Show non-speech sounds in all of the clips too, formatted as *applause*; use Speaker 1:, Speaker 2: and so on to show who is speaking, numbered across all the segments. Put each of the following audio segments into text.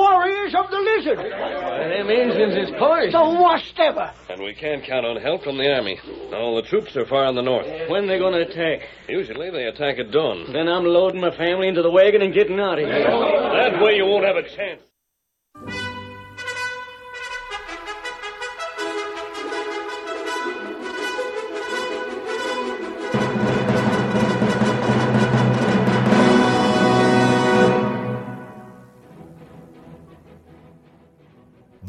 Speaker 1: ears of the lizard.
Speaker 2: Them Injuns is poised.
Speaker 1: The worst ever.
Speaker 3: And we can't count on help from the army. All the troops are far in the north.
Speaker 2: When they gonna attack?
Speaker 3: Usually they attack at dawn.
Speaker 2: Then I'm loading my family into the wagon and getting out of here.
Speaker 3: That way you won't have a chance.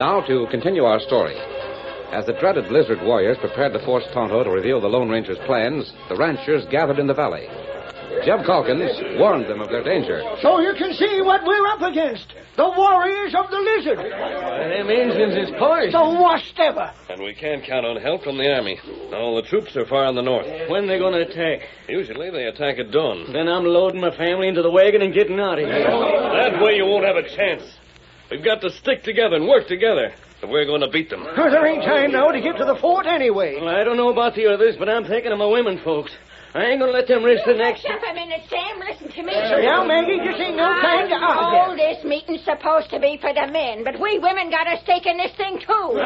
Speaker 4: Now to continue our story. As the dreaded lizard warriors prepared to force Tonto to reveal the Lone Ranger's plans, the ranchers gathered in the valley. Jeb Calkins warned them of their danger.
Speaker 1: So you can see what we're up against. The warriors of the lizard.
Speaker 2: Them Injuns is poised.
Speaker 1: The worst ever.
Speaker 3: And we can't count on help from the army. All the troops are far in the north.
Speaker 2: When they gonna attack?
Speaker 3: Usually they attack at dawn.
Speaker 2: Then I'm loading my family into the wagon and getting out of here.
Speaker 3: That way you won't have a chance. We've got to stick together and work together if we're going to beat them.
Speaker 1: Because there ain't time now to get to the fort anyway.
Speaker 2: Well, I don't know about the others, but I'm thinking of my women folks. I ain't gonna let them risk the next.
Speaker 5: Stop a minute, Sam. Listen to me.
Speaker 1: Yeah, Maggie, this ain't no time to
Speaker 5: All
Speaker 1: argue.
Speaker 5: this meeting's supposed to be for the men, but we women got a stake in this thing, too.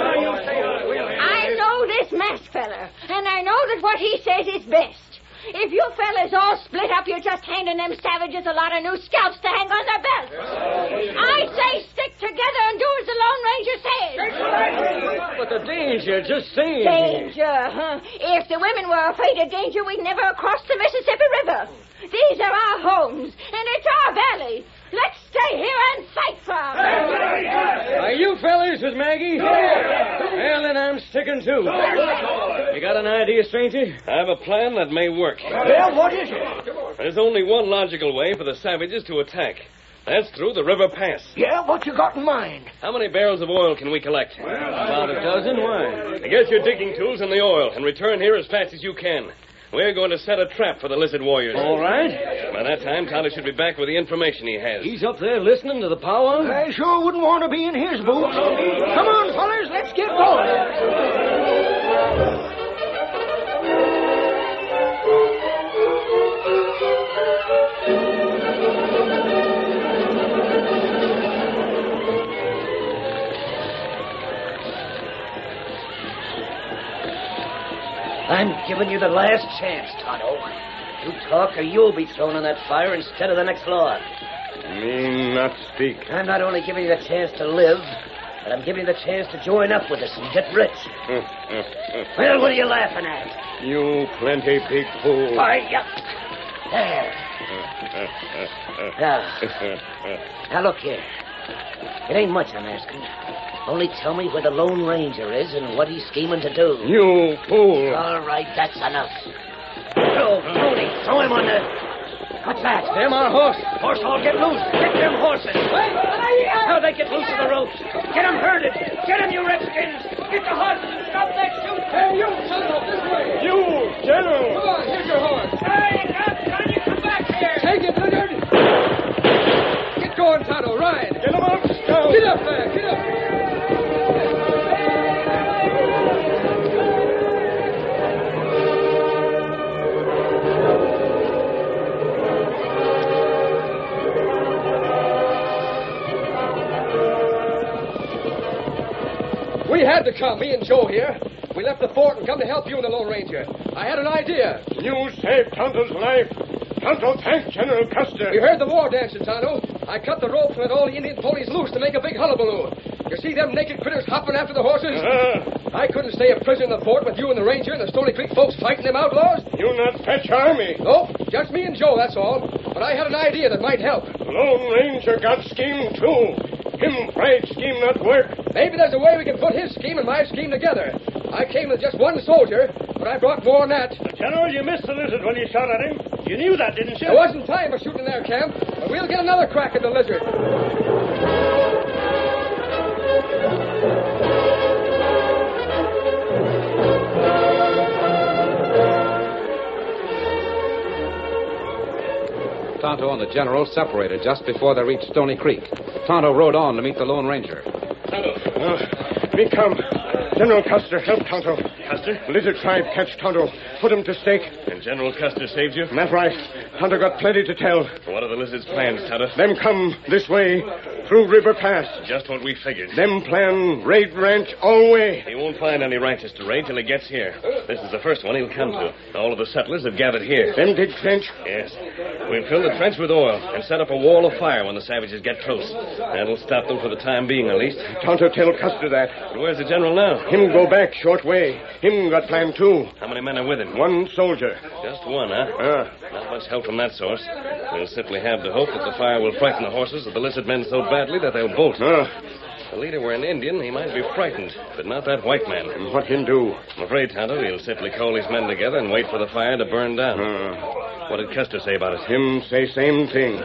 Speaker 5: I know this masked feller, and I know that what he says is best. If you fellas all split up, you're just handing them savages a lot of new scalps to hang on their belts. I say stick together and do as the Lone Ranger says.
Speaker 2: But the danger, just saying.
Speaker 5: Danger, huh? If the women were afraid of danger, we'd never have crossed the Mississippi River. These are our homes, and it's our valley. Let's stay here and fight for them.
Speaker 2: Are you fellers with Maggie? Well, then I'm sticking too. You got an idea, stranger?
Speaker 3: I have a plan that may work.
Speaker 1: Well, what is it?
Speaker 3: There's only one logical way for the savages to attack. That's through the river pass.
Speaker 1: Yeah, what you got in mind?
Speaker 3: How many barrels of oil can we collect?
Speaker 2: About a dozen? Why?
Speaker 3: Get your digging tools and the oil and return here as fast as you can. We're going to set a trap for the lizard warriors.
Speaker 2: All right.
Speaker 3: By that time, Tonto should be back with the information he has.
Speaker 2: He's up there listening to the power.
Speaker 1: I sure wouldn't want to be in his boots. Come on, fellas, let's get going.
Speaker 6: I'm giving you the last chance, Tonto. You talk or you'll be thrown in that fire instead of the next log.
Speaker 3: Me not speak. *laughs*
Speaker 6: I'm not only giving you the chance to live, but I'm giving you the chance to join up with us and get rich. Well, what are you laughing at?
Speaker 3: you plenty big fool.
Speaker 6: Why, yup. There. Now, now look here. It ain't much I'm asking. Only tell me where the Lone Ranger is and what he's scheming to do.
Speaker 3: *laughs* you fool.
Speaker 6: All right, that's enough. Oh, Tony, throw him on the. What's that? Them our horse. Horse all get loose. Get them horses. How they get loose of the ropes? Get them herded. Get them, you redskins. Get the horses and stop that shoot. Hey, you,
Speaker 2: General!
Speaker 6: on, here's your horse. Hey, up, Johnny, come back here. Take it, Leonard. Get going, Tonto, ride.
Speaker 2: Get him off, Scout!
Speaker 6: Get up there, get up. We had to come, me and Joe here. We left the fort and come to help you and the Lone Ranger. I had an idea.
Speaker 3: You saved Tonto's life. Tonto thanks General Custer.
Speaker 6: You heard the war dance, Tonto. I cut the rope and let all the Indian ponies loose to make a big hullabaloo. You see them naked critters hopping after the horses?
Speaker 3: Uh-huh. Uh,
Speaker 6: I couldn't stay a prisoner in the fort with you and the ranger and the Stony Creek folks fighting them outlaws.
Speaker 3: you not fetch army.
Speaker 6: Nope, just me and Joe, that's all. But I had an idea that might help.
Speaker 3: Lone Ranger got scheme too. Him pride scheme not work.
Speaker 6: Maybe there's a way we can put his scheme and my scheme together. I came with just one soldier, but I brought more than that.
Speaker 3: General, you missed the lizard when you shot at him. You knew that, didn't you?
Speaker 6: There wasn't time for shooting in their camp, but we'll get another crack at the lizard.
Speaker 4: Tonto and the general separated just before they reached Stony Creek. Tonto rode on to meet the Lone Ranger.
Speaker 3: me come. General Custer, help Tonto. Custer? Lizard tribe catch Tonto. Put him to stake. And General Custer saved you? That's right. Tonto got plenty to tell. What are the lizard's plans, Tonto? Them come this way, through River Pass. Just what we figured. Them plan raid ranch all way. He won't find any ranches to raid till he gets here. This is the first one he'll come to. All of the settlers have gathered here. Them dig trench? Yes. We'll fill the trench with oil and set up a wall of fire when the savages get close. That'll stop them for the time being, at least.
Speaker 7: Tonto tell Custer that.
Speaker 3: But where's the general now?
Speaker 7: Him go back short way. Him got plan too.
Speaker 3: How many men are with him?
Speaker 7: One soldier.
Speaker 3: Just one, huh?
Speaker 7: Uh,
Speaker 3: Not much help from that source. We'll simply have to hope that the fire will frighten the horses of the lizard men so badly that they'll bolt.
Speaker 7: uh.
Speaker 3: The leader were an Indian, he might be frightened, but not that white man.
Speaker 7: And what him do?
Speaker 3: I'm afraid, Tonto, he'll simply call his men together and wait for the fire to burn down. What did Custer say about it?
Speaker 7: Hmm. Him say same thing.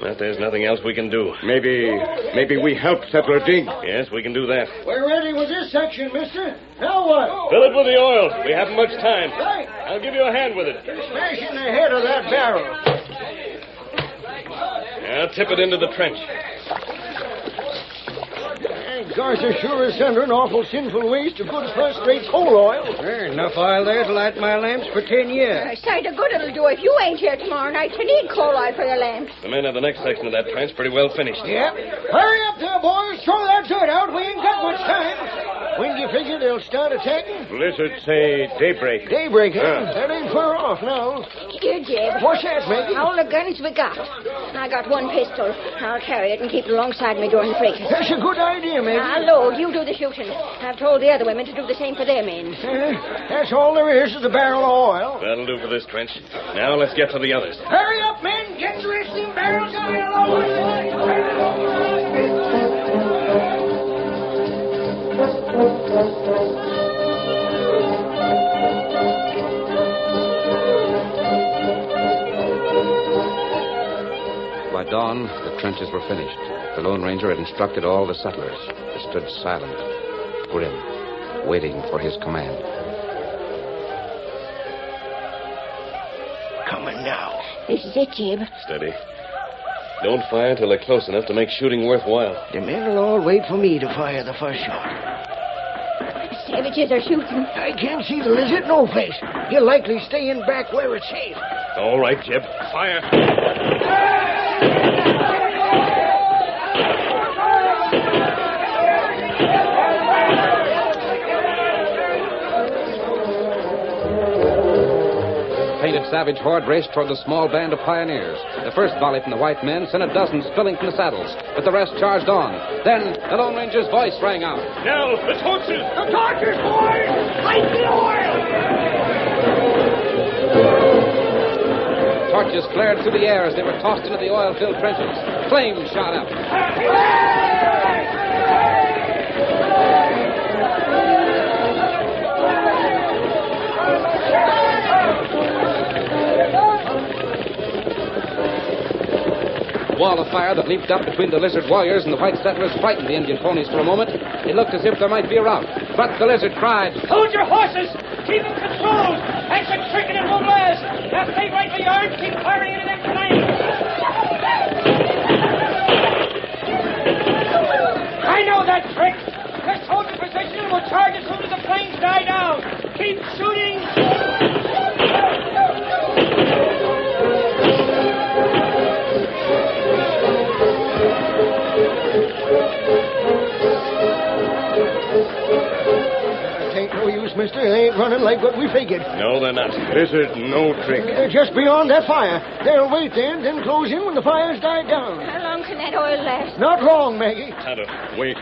Speaker 3: Well, there's nothing else we can do.
Speaker 7: Maybe, maybe we help settler dig.
Speaker 3: Yes, we can do that.
Speaker 1: We're ready with this section, mister. Now what?
Speaker 3: Fill it with the oil. We haven't much time.
Speaker 1: Right.
Speaker 3: I'll give you a hand with it.
Speaker 1: Smashing the head of that barrel.
Speaker 3: Now tip it into the trench.
Speaker 1: And Garza sure is under an awful sinful ways to put first rate coal oil. enough oil there to light my lamps for ten
Speaker 5: A
Speaker 1: years.
Speaker 5: sight of good it'll do if you ain't here tomorrow night to need coal oil for the lamps.
Speaker 3: The men of the next section of that trench pretty well finished.
Speaker 1: Yep. Hurry up there, boys. Throw that dirt out. We ain't got much time. When do you figure they'll start attacking?
Speaker 7: Lizard say daybreak.
Speaker 1: Daybreak, huh? That ain't far off now.
Speaker 5: Here, Jeb.
Speaker 1: What's that, Maggie?
Speaker 5: All the guns we got. I got one pistol. I'll carry it and keep it alongside me during the fracas.
Speaker 1: That's a good idea, Maggie.
Speaker 5: Now, Lord, you do the shooting. I've told the other women to do the same for their men.
Speaker 1: Uh, that's all there is to the barrel of oil.
Speaker 3: That'll do for this trench. Now let's get to the others.
Speaker 1: Hurry up, men. Get the rest of them barrels out of the
Speaker 4: By dawn, the trenches were finished. The Lone Ranger had instructed all the settlers. They stood silent, grim, waiting for his command.
Speaker 5: This is it, Jeb.
Speaker 3: Steady. Don't fire till they're close enough to make shooting worthwhile.
Speaker 1: The men will all wait for me to fire the first shot.
Speaker 5: Savages are shooting.
Speaker 1: I can't see the lizard no place. He'll likely stay in back where it's safe.
Speaker 3: All right, Jeb. Fire.
Speaker 4: painted savage horde raced toward the small band of pioneers. The first volley from the white men sent a dozen spilling from the saddles, but the rest charged on. Then the Lone Ranger's voice rang out.
Speaker 3: Now, the torches.
Speaker 4: Torches flared through the air as they were tossed into the oil filled trenches. Flames shot up. The wall of fire that leaped up between the lizard warriors and the white settlers frightened the Indian ponies for a moment. It looked as if there might be a rout, but the lizard cried,
Speaker 6: Hold your horses! Keep them controlled! That's a trick of the
Speaker 8: Keep shooting!
Speaker 1: Tain't no use, mister. They ain't running like what we figured.
Speaker 7: No, they're not. Lizard, no trick.
Speaker 1: They're just beyond that fire. They'll wait there and then close in when the fire's died down.
Speaker 5: How long can that oil last?
Speaker 1: Not long, Maggie.
Speaker 3: Tonto, wait.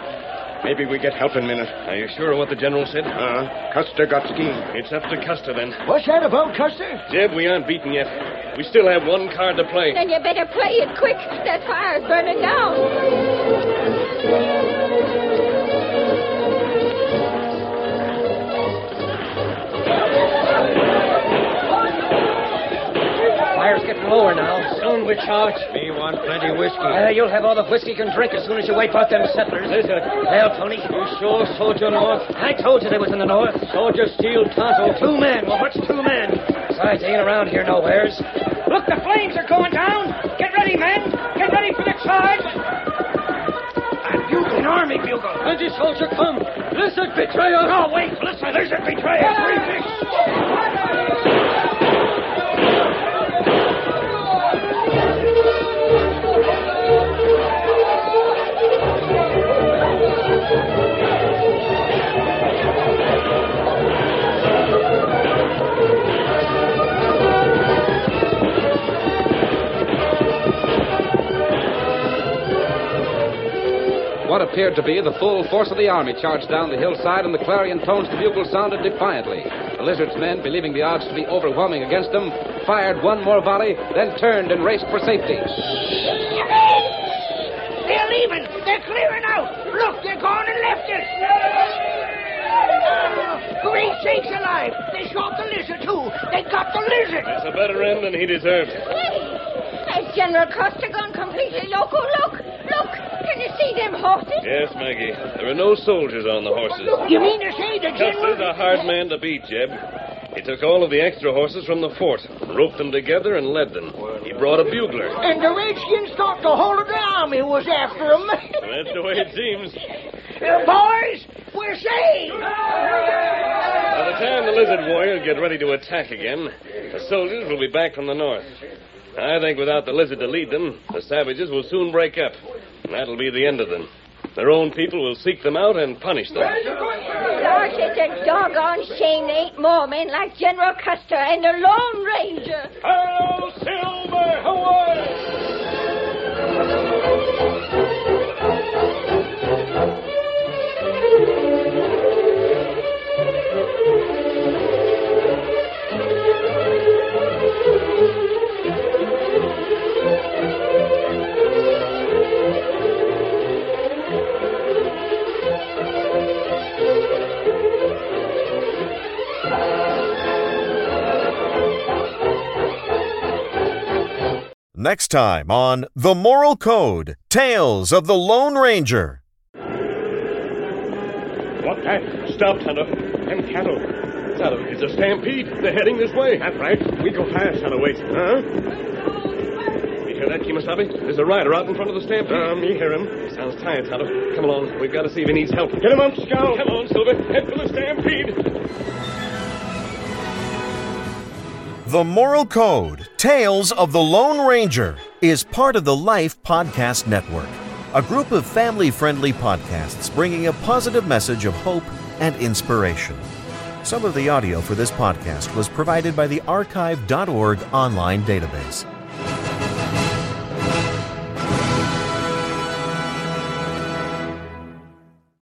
Speaker 3: Maybe we get help in a minute. Are you sure what the general said? Uh, Custer got schemed. It's up to Custer then.
Speaker 1: What's that about, Custer?
Speaker 3: Jeb, we aren't beaten yet. We still have one card to play.
Speaker 5: Then you better play it quick. That fire's burning down.
Speaker 8: Fire's getting lower now. Soon we're charged.
Speaker 2: Me want plenty whiskey.
Speaker 8: Uh, you'll have all the whiskey you can drink as soon as you wipe out them settlers.
Speaker 2: Lizard.
Speaker 8: Well, Tony.
Speaker 2: You sure soldier north?
Speaker 8: I told you they was in the north.
Speaker 2: Soldier steel Tonto.
Speaker 8: Two men. Well, what's two men? Besides, they ain't around here nowheres. Look, the flames are going down. Get ready, men. Get ready for the charge. A bugle, an army bugle.
Speaker 2: Plenty soldier come. Lizard betrayer.
Speaker 1: Oh,
Speaker 8: No, wait. Listen, there's a betrayer. Three big
Speaker 4: What appeared to be the full force of the army charged down the hillside, and the clarion tones the bugle sounded defiantly. The lizard's men, believing the odds to be overwhelming against them, fired one more volley, then turned and raced for safety.
Speaker 8: They're leaving. They're clearing out. Look, they're going and left us. Great sakes alive. They shot the lizard, too. They got the lizard.
Speaker 3: That's a better end than he deserved.
Speaker 5: Has General Custer gone completely loco? Look, look. Can you see them horses?
Speaker 3: Yes, Maggie. There are no soldiers on the horses.
Speaker 8: You mean to say the
Speaker 3: Custer's a hard man to beat, Jeb. He took all of the extra horses from the fort, roped them together, and led them. He brought a bugler.
Speaker 8: And the Redskins thought the whole of the army was after them.
Speaker 3: That's the way it seems.
Speaker 8: *laughs* boys, we're saved.
Speaker 3: By the time the lizard warriors get ready to attack again, the soldiers will be back from the north. I think without the lizard to lead them, the savages will soon break up. And that'll be the end of them. Their own people will seek them out and punish them.
Speaker 5: Gosh, it's a doggone shame there ain't more men like General Custer and the Lone Ranger.
Speaker 3: Hello, Silver! Hawaii!
Speaker 9: Next time on The Moral Code Tales of the Lone Ranger.
Speaker 3: What? That? Stop, Tonto. Them cattle. Tonto, it's a stampede. They're heading this way. That's right. We go fast, Tonto. Wait. Huh? You hear that, Kimasabi? There's a rider out in front of the stampede. Um, you hear him. He sounds tired, Tonto. Come along. We've got to see if he needs help. Get him on, Scout. Come on, Silver. Head for the stampede.
Speaker 9: The Moral Code Tales of the Lone Ranger is part of the Life Podcast Network, a group of family friendly podcasts bringing a positive message of hope and inspiration. Some of the audio for this podcast was provided by the archive.org online database.